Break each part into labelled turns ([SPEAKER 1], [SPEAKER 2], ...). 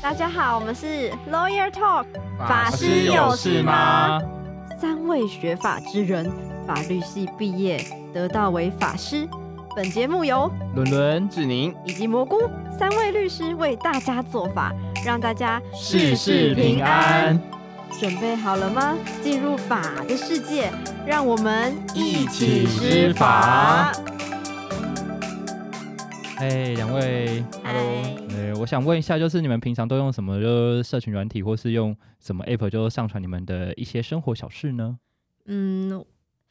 [SPEAKER 1] 大家好，我们是 Lawyer Talk
[SPEAKER 2] 法师有事吗？
[SPEAKER 1] 三位学法之人，法律系毕业，得到为法师。本节目由
[SPEAKER 2] 伦伦、志宁，
[SPEAKER 1] 以及蘑菇三位律师为大家做法，让大家
[SPEAKER 2] 事事平安。
[SPEAKER 1] 准备好了吗？进入法的世界，让我们
[SPEAKER 2] 一起施法。哎，两位
[SPEAKER 1] 嗨
[SPEAKER 2] ，Hello，呃，我想问一下，就是你们平常都用什么就是社群软体，或是用什么 App 就上传你们的一些生活小事呢？
[SPEAKER 1] 嗯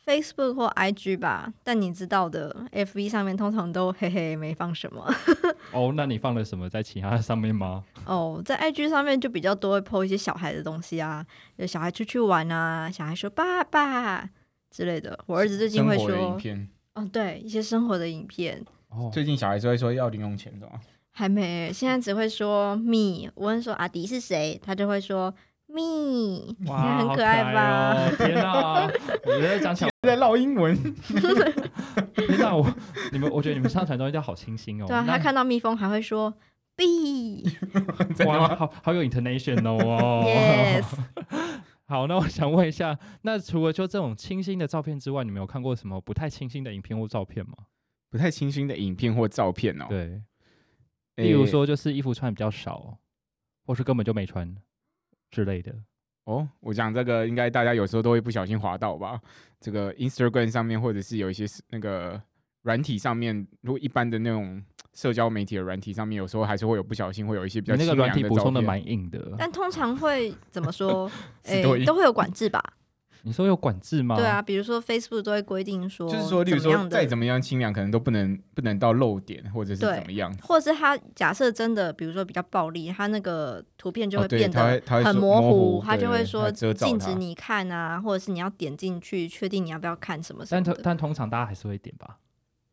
[SPEAKER 1] ，Facebook 或 IG 吧，但你知道的，FB 上面通常都嘿嘿没放什么。
[SPEAKER 2] 哦，那你放了什么在其他上面吗？
[SPEAKER 1] 哦，在 IG 上面就比较多会 po 一些小孩的东西啊，有小孩出去玩啊，小孩说爸爸之类的。我儿子最近
[SPEAKER 3] 生
[SPEAKER 1] 会
[SPEAKER 3] 活的影
[SPEAKER 1] 说，
[SPEAKER 3] 片。
[SPEAKER 1] 哦，对，一些生活的影片
[SPEAKER 2] 哦，
[SPEAKER 3] 最近小孩子会说要零用钱的嘛，
[SPEAKER 1] 还没，现在只会说 me。我问说阿迪是谁，他就会说 me，你看很
[SPEAKER 2] 好
[SPEAKER 1] 可爱吧？
[SPEAKER 2] 哦？天哪，我觉得讲起来，
[SPEAKER 3] 在唠英文，
[SPEAKER 2] 天哪，我你们，我觉得你们上传东西都好清新哦。
[SPEAKER 1] 对啊，
[SPEAKER 2] 那
[SPEAKER 1] 他看到蜜蜂还会说 bee，yes，
[SPEAKER 2] 哇，好好有 international 哦。 好，那我想问一下，那除了就这种清新的照片之外，你们有看过什么不太清新的影片或照片吗？
[SPEAKER 3] 不太清新的影片或照片哦。
[SPEAKER 2] 对，
[SPEAKER 3] 诶，
[SPEAKER 2] 例如说就是衣服穿比较少，或是根本就没穿之类的。
[SPEAKER 3] 哦，我讲这个应该大家有时候都会不小心滑到吧？这个 Instagram 上面或者是有一些是那个软体上面，如果一般的那种社交媒体的软体上面，有时候还是会有不小心会有一些比
[SPEAKER 2] 你
[SPEAKER 3] 较
[SPEAKER 2] 那个
[SPEAKER 3] 清
[SPEAKER 2] 软
[SPEAKER 3] 凉
[SPEAKER 2] 体
[SPEAKER 3] 的
[SPEAKER 2] 补充
[SPEAKER 3] 照
[SPEAKER 2] 的
[SPEAKER 3] 片
[SPEAKER 2] 蛮硬的，
[SPEAKER 1] 但通常会怎么 说？诶、
[SPEAKER 3] 多一
[SPEAKER 1] 都会有管 制吧？
[SPEAKER 2] 你说有管制吗？
[SPEAKER 1] 对啊，，比如说 Facebook 都会规定说，
[SPEAKER 3] 就是说，例如
[SPEAKER 1] 怎么
[SPEAKER 3] 说
[SPEAKER 1] 样
[SPEAKER 3] 再
[SPEAKER 1] 的
[SPEAKER 3] 怎么样清凉，可能都不能不能到露点或者是
[SPEAKER 1] 对
[SPEAKER 3] 怎么样。
[SPEAKER 1] 或者是他假设真的，比如说比较暴力，他那个图片就
[SPEAKER 3] 哦
[SPEAKER 1] 会
[SPEAKER 3] 对
[SPEAKER 1] 变
[SPEAKER 3] 他
[SPEAKER 1] 得
[SPEAKER 3] 会他会
[SPEAKER 1] 很
[SPEAKER 3] 说
[SPEAKER 1] 模
[SPEAKER 3] 模糊
[SPEAKER 1] 他
[SPEAKER 3] 对
[SPEAKER 1] 就
[SPEAKER 3] 对
[SPEAKER 1] 会
[SPEAKER 3] 对
[SPEAKER 1] 说
[SPEAKER 3] 他遮罩
[SPEAKER 1] 禁
[SPEAKER 3] 它
[SPEAKER 1] 止你看啊，或者是你要点进去确定你要不要看什么什
[SPEAKER 2] 但
[SPEAKER 1] 么
[SPEAKER 2] 通
[SPEAKER 1] 的。
[SPEAKER 2] 但通常大家还是会点吧，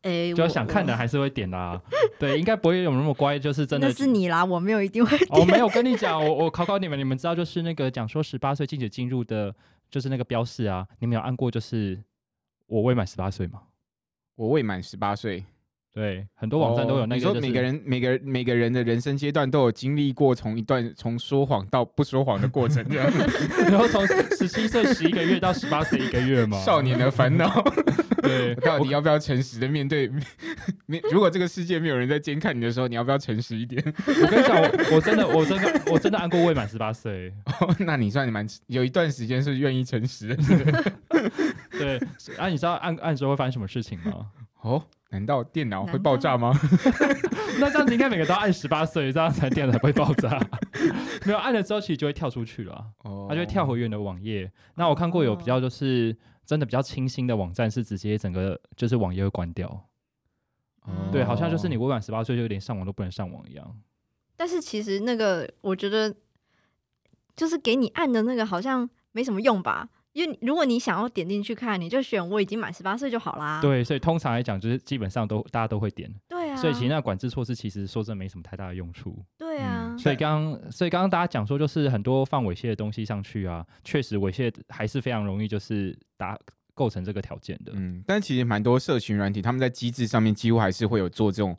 [SPEAKER 1] 哎，
[SPEAKER 2] 就
[SPEAKER 1] 我
[SPEAKER 2] 想看的，还是会点的、啊。对，应该不会有那么乖，就是
[SPEAKER 1] 我
[SPEAKER 2] 真的
[SPEAKER 1] 那是你啦，我没有一定会
[SPEAKER 2] 哦，
[SPEAKER 1] 点。
[SPEAKER 2] 没有跟你讲，我我考考你们，你们知道就是那个讲说十八岁禁止进入的，就是那个标示啊，你们有按过就是我未满十八岁吗？
[SPEAKER 3] 我未满十八岁，
[SPEAKER 2] 对，很多网站都有那个、就
[SPEAKER 3] 哦
[SPEAKER 2] 是
[SPEAKER 3] 你说每个人每个每个人的人生阶段都有经历过从一段从说谎到不说谎的过程， 这样
[SPEAKER 2] 然后从十七岁十一个月到十八岁一个月嘛，
[SPEAKER 3] 少年的烦恼，
[SPEAKER 2] 对，
[SPEAKER 3] 到底要不要诚实的面对？面如果这个世界没有人在监看你的时候，你要不要诚实一点？
[SPEAKER 2] 我跟你讲，我我真的我真的我真的按过未满十八岁，
[SPEAKER 3] 哦 那你算蛮有一段时间是愿意诚实的
[SPEAKER 2] 对，啊，你知道按按时候会发生什么事情吗？
[SPEAKER 3] 哦。难道电脑
[SPEAKER 1] 难
[SPEAKER 3] 会爆炸吗？
[SPEAKER 2] 那这样子应该每个都要按十八岁，这样才电脑才不会爆炸。 没有按了之后，其实就会跳出去了。
[SPEAKER 3] 哦
[SPEAKER 2] 它就会跳回原的网页。那我看过有比
[SPEAKER 1] 哦
[SPEAKER 2] 较就是真的比较清新的网站，是直接整个就是网页会关掉。
[SPEAKER 3] 哦
[SPEAKER 2] 对，好像就是你未满十八岁就连上网都不能上网一样。
[SPEAKER 1] 但是其实那个，我觉得就是给你按的那个好像没什么用吧，因为如果你想要点进去看，你就选我已经满十八岁就好啦。
[SPEAKER 2] 对，所以通常来讲，就是基本上都大家都会点。
[SPEAKER 1] 啊对啊，
[SPEAKER 2] 所以其实那管制措施其实说真的没什么太大的用处。
[SPEAKER 1] 对啊
[SPEAKER 3] 嗯，
[SPEAKER 2] 所以刚刚所以刚刚大家讲说，就是很多放猥亵的东西上去啊，确实猥亵还是非常容易就是达构成这个条件的。
[SPEAKER 3] 嗯，但其实蛮多社群软体，他们在机制上面几乎还是会有做这种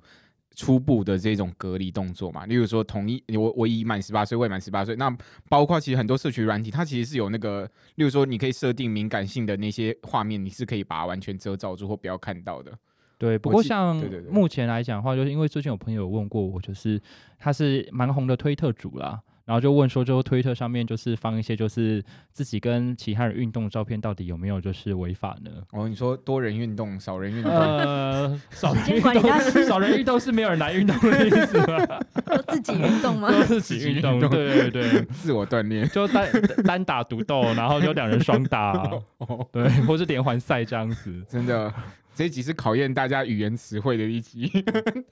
[SPEAKER 3] 初步的这种隔离动作嘛。例如说，同意我我已满十八岁，未满十八岁。那包括其实很多社群软体，它其实是有那个，例如说，你可以设定敏感性的那些画面，你是可以把它完全遮罩住或不要看到的。
[SPEAKER 2] 对，不
[SPEAKER 3] 我
[SPEAKER 2] 过
[SPEAKER 3] 记
[SPEAKER 2] 像
[SPEAKER 3] 对对对
[SPEAKER 2] 目前来讲的话，就是因为最近有朋友有问过我，就是他是蛮红的推特主啦，然后就问说，就推特上面就是放一些就是自己跟其他人运动的照片，到底有没有就是违法呢？
[SPEAKER 3] 哦，你说多人运动、少人运动，
[SPEAKER 2] 呃，少人
[SPEAKER 1] 时间
[SPEAKER 2] 运
[SPEAKER 1] 管理大
[SPEAKER 2] 动，
[SPEAKER 1] 师
[SPEAKER 2] 少人运动是没有人来运动的意思 吗？
[SPEAKER 1] 都自己运动 吗？
[SPEAKER 2] 都是自己运动，
[SPEAKER 3] 自己运动
[SPEAKER 2] 对对对，
[SPEAKER 3] 自我锻炼。
[SPEAKER 2] 就单 单打独斗，然后就两人双打，
[SPEAKER 3] 哦，
[SPEAKER 2] 对，或是连环赛这样子。
[SPEAKER 3] 真的，这一集是考验大家语言词汇的一集。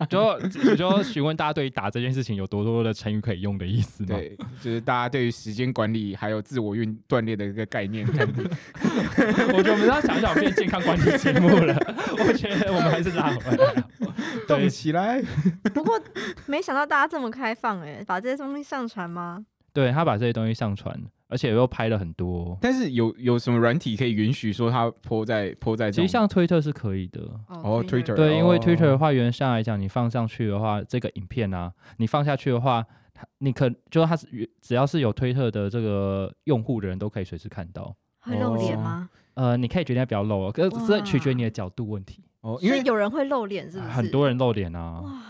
[SPEAKER 2] 就我就询问大家对于打这件事情有多多的成语可以用的意思吗？
[SPEAKER 3] 对，就是大家对于时间管理还有自我运锻炼的一个概 念。
[SPEAKER 2] 我觉得我们要想想变健康管理节目了， 我觉得我们还是拉回来。啊对
[SPEAKER 3] 动起来！
[SPEAKER 1] 不过没想到大家这么开放哎、把这些东西上传吗？
[SPEAKER 2] 对，他把这些东西上传，而且又拍了很多。
[SPEAKER 3] 但是有有什么软体可以允许说它泼在泼在这
[SPEAKER 2] 其
[SPEAKER 3] 种？
[SPEAKER 2] 实像推特是可以的，
[SPEAKER 3] 哦，Twitter
[SPEAKER 2] 对，因为
[SPEAKER 3] 哦
[SPEAKER 2] Twitter 的话，原上来讲，你放上去的话，这个影片啊，你放下去的话，你可就是他是只要是有推特的这个用户的人都可以随时看到。
[SPEAKER 1] 会露脸吗？
[SPEAKER 2] 呃，你可以决定要不要露哦，可是这取决你的角度问题。
[SPEAKER 3] 哦，因
[SPEAKER 1] 所
[SPEAKER 3] 为
[SPEAKER 1] 以有人会露脸，是不是？
[SPEAKER 2] 很多人露脸啊，
[SPEAKER 1] 哇，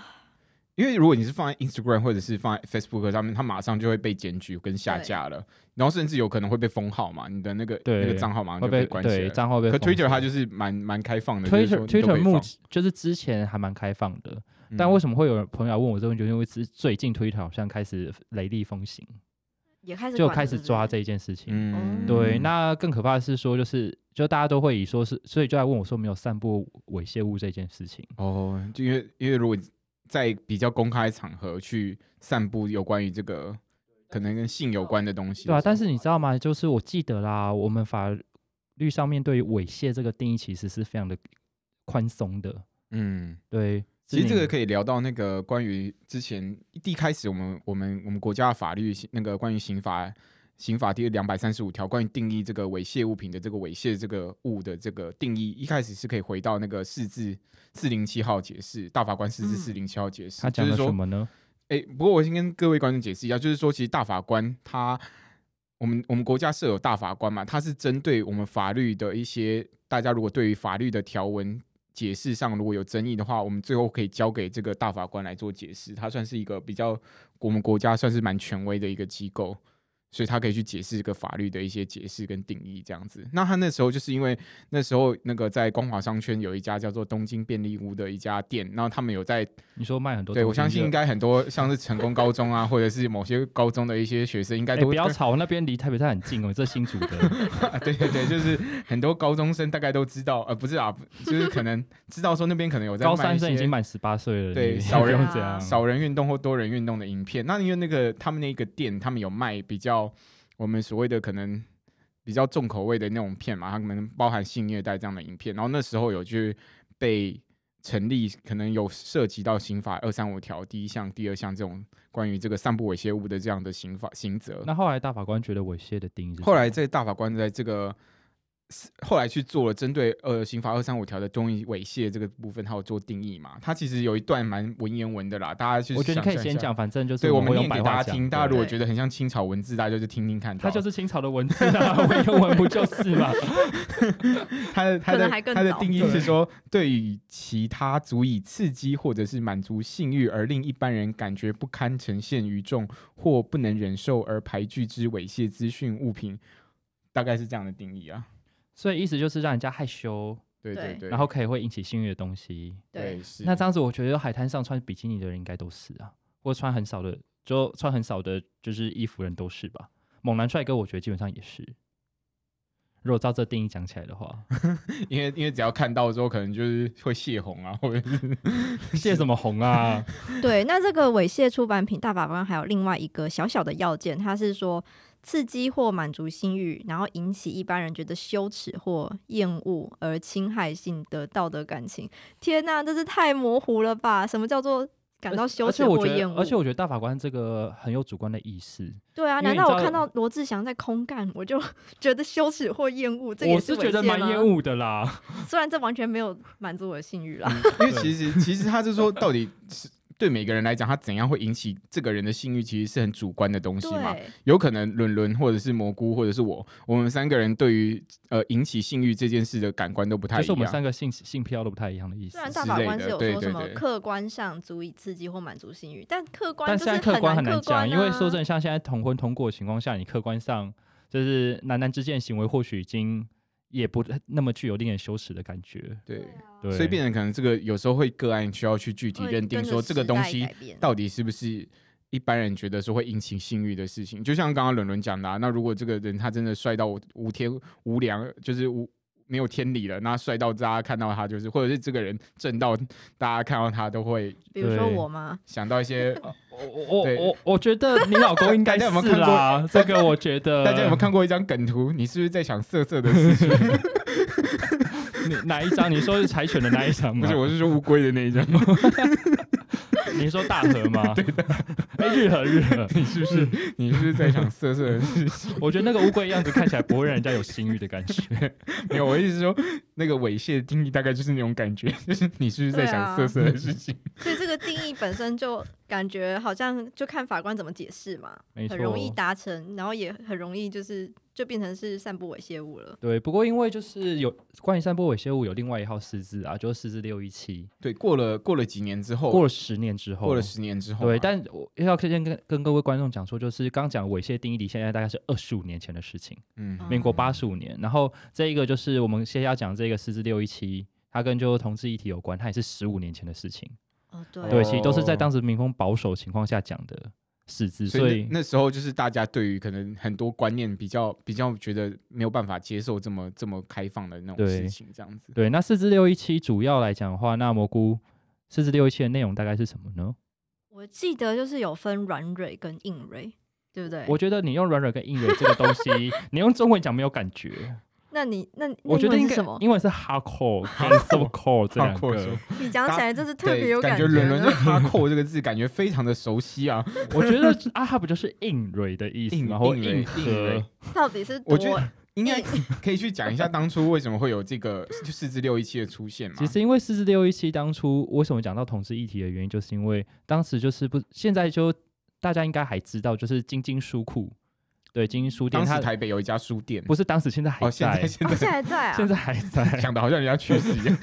[SPEAKER 3] 因为如果你是放在 Instagram 或者是放在 Facebook 上面，它马上就会被检举跟下架了，然后甚至有可能会被封号嘛，你的那个
[SPEAKER 2] 对
[SPEAKER 3] 那个账号马上
[SPEAKER 2] 会
[SPEAKER 3] 就被
[SPEAKER 2] 被
[SPEAKER 3] 关起
[SPEAKER 2] 对
[SPEAKER 3] 来。
[SPEAKER 2] 账号被
[SPEAKER 3] 可
[SPEAKER 2] 封锁。
[SPEAKER 3] Twitter 它就是蛮蛮开放的就是
[SPEAKER 2] Twitter
[SPEAKER 3] 说你都可
[SPEAKER 2] Twitter
[SPEAKER 3] 以
[SPEAKER 2] 目
[SPEAKER 3] 放
[SPEAKER 2] 前就是之前还蛮开放的，
[SPEAKER 3] 嗯
[SPEAKER 2] 但为什么会有朋友来问我这个问题？因为是最近 Twitter 好像开始雷厉风行，
[SPEAKER 1] 也开始
[SPEAKER 2] 就
[SPEAKER 1] 管了
[SPEAKER 2] 开始
[SPEAKER 1] 是不是
[SPEAKER 2] 抓这一件事情。
[SPEAKER 3] 嗯
[SPEAKER 2] 对，那更可怕的是说，就是就大家都会以说是，所以就来问我说没有散布猥亵物这件事情。
[SPEAKER 3] 哦，就因为因为如果在比较公开场合去散布有关于这个可能跟性有关的东西的时候，
[SPEAKER 2] 对啊，但是你知道吗？就是我记得啦，我们法律上面对于猥亵这个定义其实是非常的宽松的。
[SPEAKER 3] 嗯，
[SPEAKER 2] 对，
[SPEAKER 3] 其实这个
[SPEAKER 2] 以
[SPEAKER 3] 可以聊到那个关于之前第一开始我们我们我们国家的法律那个关于刑法刑法第两百三十五条关于定义这个猥亵物品的这个猥亵这个物的这个定义，一开始是可以回到那个四至四零七号解释，大法官四至四零七号解释，
[SPEAKER 2] 他讲
[SPEAKER 3] 就
[SPEAKER 2] 了
[SPEAKER 3] 是说
[SPEAKER 2] 什么呢？
[SPEAKER 3] 哎、不过我先跟各位观众解释一下，就是说，其实大法官他，我们我们国家设有大法官嘛，他是针对我们法律的一些，大家如果对于法律的条文解释上如果有争议的话，我们最后可以交给这个大法官来做解释。他算是一个比较我们国家算是蛮权威的一个机构，所以他可以去解释这个法律的一些解释跟定义这样子。那他那时候就是因为那时候那个在光华商圈有一家叫做东京便利屋的一家店，然后他们有在
[SPEAKER 2] 你说卖很多东西的，
[SPEAKER 3] 对，我相信应该很多像是成功高中啊，或者是某些高中的一些学生，应该
[SPEAKER 2] 哎、
[SPEAKER 3] 都
[SPEAKER 2] 不要
[SPEAKER 3] 跟
[SPEAKER 2] 吵，那边离台北站很近哦，这新竹的
[SPEAKER 3] 对对对，就是很多高中生大概都知道，呃，不是啊，不就是可能知道说那边可能有在
[SPEAKER 2] 高
[SPEAKER 3] 卖一
[SPEAKER 2] 三生已
[SPEAKER 3] 些
[SPEAKER 2] 经满十八岁了，
[SPEAKER 3] 对
[SPEAKER 2] 你
[SPEAKER 3] 少
[SPEAKER 2] 不用
[SPEAKER 1] 人
[SPEAKER 2] 这样，
[SPEAKER 3] 少人运动或多人运动的影片。那因为那个他们那个店，他们有卖比较我们所谓的可能比较重口味的那种片嘛，他们包含性虐待这样的影片。然后那时候有去被成立，可能有涉及到刑法二三五条第一项、第二项这种关于这个散布猥亵物的这样的刑法刑责。
[SPEAKER 2] 那后来大法官觉得猥亵的定义是什么，
[SPEAKER 3] 后来这个大法官在这个后来去做了针对呃刑法二三五条的中意猥亵这个部分，他有做定义嘛？他其实有一段蛮文言文的啦，大家去
[SPEAKER 2] 我觉得你可以
[SPEAKER 3] 想象一
[SPEAKER 2] 先
[SPEAKER 3] 下
[SPEAKER 2] 讲，反正就是
[SPEAKER 3] 对我们
[SPEAKER 2] 会
[SPEAKER 3] 念
[SPEAKER 2] 用
[SPEAKER 3] 给
[SPEAKER 2] 白
[SPEAKER 3] 大
[SPEAKER 2] 话
[SPEAKER 3] 家
[SPEAKER 2] 讲
[SPEAKER 3] 听，
[SPEAKER 2] 对
[SPEAKER 3] 大家如果
[SPEAKER 1] 对
[SPEAKER 3] 觉得很像清朝文字，大家就去听听看到。
[SPEAKER 2] 它就是清朝的文字啊， 文言文不就是嘛？
[SPEAKER 3] 他的他
[SPEAKER 1] 可
[SPEAKER 3] 的
[SPEAKER 1] 能还更
[SPEAKER 3] 他的
[SPEAKER 1] 早
[SPEAKER 3] 定义是说，对于其他足以刺激或者是满足性欲而令一般人感觉不堪呈现于众或不能忍受而排拒之猥亵资讯物品，大概是这样的定义啊。
[SPEAKER 2] 所以意思就是让人家害羞，
[SPEAKER 3] 对
[SPEAKER 1] 对
[SPEAKER 3] 对，
[SPEAKER 2] 然后可以会引起性欲的东西。
[SPEAKER 1] 对
[SPEAKER 3] 对，是
[SPEAKER 2] 那这样子，我觉得海滩上穿比基尼的人应该都是啊，或穿很少的，就穿很少的，就是衣服人都是吧。猛男帅哥，我觉得基本上也是。如果照这定义讲起来的 话，
[SPEAKER 3] 因为因为只要看到之后，可能就是会泄洪啊，或者是
[SPEAKER 2] 谢什么红啊？
[SPEAKER 1] 对，那这个猥亵出版品大法官还有另外一个小小的要件，它是说刺激或满足性欲，然后引起一般人觉得羞耻或厌恶而侵害性的道德感情。天呐，这是太模糊了吧？什么叫做感到羞
[SPEAKER 2] 而且
[SPEAKER 1] 耻
[SPEAKER 2] 我
[SPEAKER 1] 或
[SPEAKER 2] 觉
[SPEAKER 1] 厌
[SPEAKER 2] 得，
[SPEAKER 1] 恶？
[SPEAKER 2] 而且我觉得大法官这个很有主观的意识。
[SPEAKER 1] 对啊，
[SPEAKER 2] 因
[SPEAKER 1] 难
[SPEAKER 2] 为你
[SPEAKER 1] 道
[SPEAKER 2] 知
[SPEAKER 1] 我
[SPEAKER 2] 道
[SPEAKER 1] 看到罗志祥在空干，我就 觉得羞耻或厌恶？这也
[SPEAKER 2] 我是觉得
[SPEAKER 1] 猥亵
[SPEAKER 2] 蛮
[SPEAKER 1] 吗
[SPEAKER 2] 厌恶的啦。
[SPEAKER 1] 虽然这完全没有满足我的性欲啦。
[SPEAKER 3] 因为其实其实他是说，到底是对每个人来讲，他怎样会引起这个人的性欲，其实是很主观的东西嘛。
[SPEAKER 1] 对，
[SPEAKER 3] 有可能伦伦或者是蘑菇或者是我，我们三个人对于呃引起性欲这件事的感官都不太
[SPEAKER 2] 就
[SPEAKER 3] 一
[SPEAKER 2] 是我们
[SPEAKER 3] 样。
[SPEAKER 2] 三个性性癖好都不太一样的意思
[SPEAKER 1] 虽。然大法官是有
[SPEAKER 3] 之类
[SPEAKER 1] 说
[SPEAKER 3] 的
[SPEAKER 1] 什
[SPEAKER 3] 对
[SPEAKER 1] 么
[SPEAKER 3] 对对
[SPEAKER 1] 客观上足以刺激或满足性欲，但客观
[SPEAKER 2] 但
[SPEAKER 1] 就
[SPEAKER 2] 现
[SPEAKER 1] 是
[SPEAKER 2] 在客观
[SPEAKER 1] 难
[SPEAKER 2] 很难
[SPEAKER 1] 客
[SPEAKER 2] 讲，
[SPEAKER 1] 观啊，
[SPEAKER 2] 因为说真的，像现在同婚通过的情况下，你客观上就是男男之间的行为，或许已经也不那么具有令人羞耻的感觉。
[SPEAKER 3] 对，
[SPEAKER 2] 对，
[SPEAKER 3] 所以变成可能这个有时候会个案需要去具体
[SPEAKER 1] 会
[SPEAKER 3] 认定
[SPEAKER 1] 跟着
[SPEAKER 3] 说这个
[SPEAKER 1] 时
[SPEAKER 3] 东
[SPEAKER 1] 代
[SPEAKER 3] 西
[SPEAKER 1] 改变
[SPEAKER 3] 到底是不是一般人觉得说会引起性欲的事情？就像刚刚伦伦讲的、啊，那如果这个人他真的帅到无无天无良，就是无没有天理了，那帅到大家看到他就是，或者是这个人正到大家看到他都会
[SPEAKER 1] 比如说
[SPEAKER 2] 对
[SPEAKER 1] 我吗？
[SPEAKER 3] 想到一些。
[SPEAKER 2] 我我
[SPEAKER 3] 对
[SPEAKER 2] 我我觉得你老公应该
[SPEAKER 3] 大家有没有
[SPEAKER 2] 是啦，这个我觉得
[SPEAKER 3] 大家有没有看过一张梗图？你是不是在想色色的事情？
[SPEAKER 2] 你哪一张？你说是柴犬的那一张
[SPEAKER 3] 不
[SPEAKER 2] 吗？
[SPEAKER 3] 是，我是说乌龟的那一 张。
[SPEAKER 2] 你说大河吗？ 对的，哎，日和日和，
[SPEAKER 3] 你是不是你是不是在想色色的事情？
[SPEAKER 2] 我觉得那个乌龟样子看起来不会让人家有性欲的感 觉。
[SPEAKER 3] 没有，我意思是说，那个猥亵的定义大概就是那种感觉，就是你是不是在
[SPEAKER 1] 对
[SPEAKER 3] 想
[SPEAKER 1] 啊
[SPEAKER 3] 色色的事情？
[SPEAKER 1] 所以这个定义本身就感觉好像就看法官怎么解释嘛
[SPEAKER 2] 没，
[SPEAKER 1] 很容易
[SPEAKER 2] 错
[SPEAKER 1] 达成，然后也很容易就是就变成是散布猥亵物了。
[SPEAKER 2] 对，不过因为就是有关于散播猥亵物有另外一号释字啊，就是释字六一七，
[SPEAKER 3] 对，过了过了几年之后，
[SPEAKER 2] 过了十年之后，
[SPEAKER 3] 过了十年之后嘛，
[SPEAKER 2] 对，但我要先跟跟各位观众讲说，就是刚讲猥亵定义里，现在大概是二十五年前的事情，
[SPEAKER 3] 嗯
[SPEAKER 1] 嗯
[SPEAKER 2] 民国八十五年。然后这一个就是我们现在要讲这个四至六一七，它跟就同志议题有关，它也是十五年前的事情。
[SPEAKER 1] 哦，对
[SPEAKER 2] 对，其实都是在当时民风保守情况下讲的四字，
[SPEAKER 3] 所
[SPEAKER 2] 所
[SPEAKER 3] 以
[SPEAKER 2] 以
[SPEAKER 3] 那那时候就是大家对于可能很多观念比较比较觉得没有办法接受这么这么开放的那种
[SPEAKER 2] 对
[SPEAKER 3] 事情，这样子。
[SPEAKER 2] 对那四至六一七主要来讲的话，那蘑菇四至六一七的内容大概是什么呢？
[SPEAKER 1] 我记得就是有分软蕊跟硬蕊，对不对？
[SPEAKER 2] 我觉得你用软软跟硬软这个东 西，你用中文讲没有感觉，
[SPEAKER 1] 那你那那
[SPEAKER 2] 我觉得
[SPEAKER 1] 英文是
[SPEAKER 2] 应该
[SPEAKER 1] 什么？
[SPEAKER 2] 英文是 hardcore 跟 soft core 这两
[SPEAKER 3] Hardcore 是
[SPEAKER 2] 个
[SPEAKER 3] 吗。
[SPEAKER 1] 你讲起来就是特别有
[SPEAKER 3] 对，感
[SPEAKER 1] 觉
[SPEAKER 3] 觉伦伦
[SPEAKER 1] 呢
[SPEAKER 3] 对“哈扣”这个字感觉非常的熟悉啊，
[SPEAKER 2] 我觉得阿哈不就是硬蕊的意思
[SPEAKER 3] 硬
[SPEAKER 2] 嘛，或
[SPEAKER 3] 硬蕊嗯
[SPEAKER 2] 硬
[SPEAKER 3] 硬蕊
[SPEAKER 2] 核。
[SPEAKER 1] 到底是
[SPEAKER 3] 我
[SPEAKER 1] 多
[SPEAKER 3] 觉得 应该可以去讲一下当初为什么会有这个就四至六一七的出现嘛
[SPEAKER 2] 其。实因为四四六一七当初为什么讲到同志议题的原因，就是因为当时就是不，现在就大家应该还知道，就是晶晶书库，对晶晶书店，
[SPEAKER 3] 当时
[SPEAKER 2] 它
[SPEAKER 3] 台北有一家书店，
[SPEAKER 2] 不是当时，现在还
[SPEAKER 3] 哦，现在
[SPEAKER 2] 在，
[SPEAKER 3] 现
[SPEAKER 1] 哦现在
[SPEAKER 3] 在
[SPEAKER 1] 在
[SPEAKER 2] 现
[SPEAKER 1] 啊，
[SPEAKER 2] 在还 在。
[SPEAKER 3] 想的好像人家去世一 样，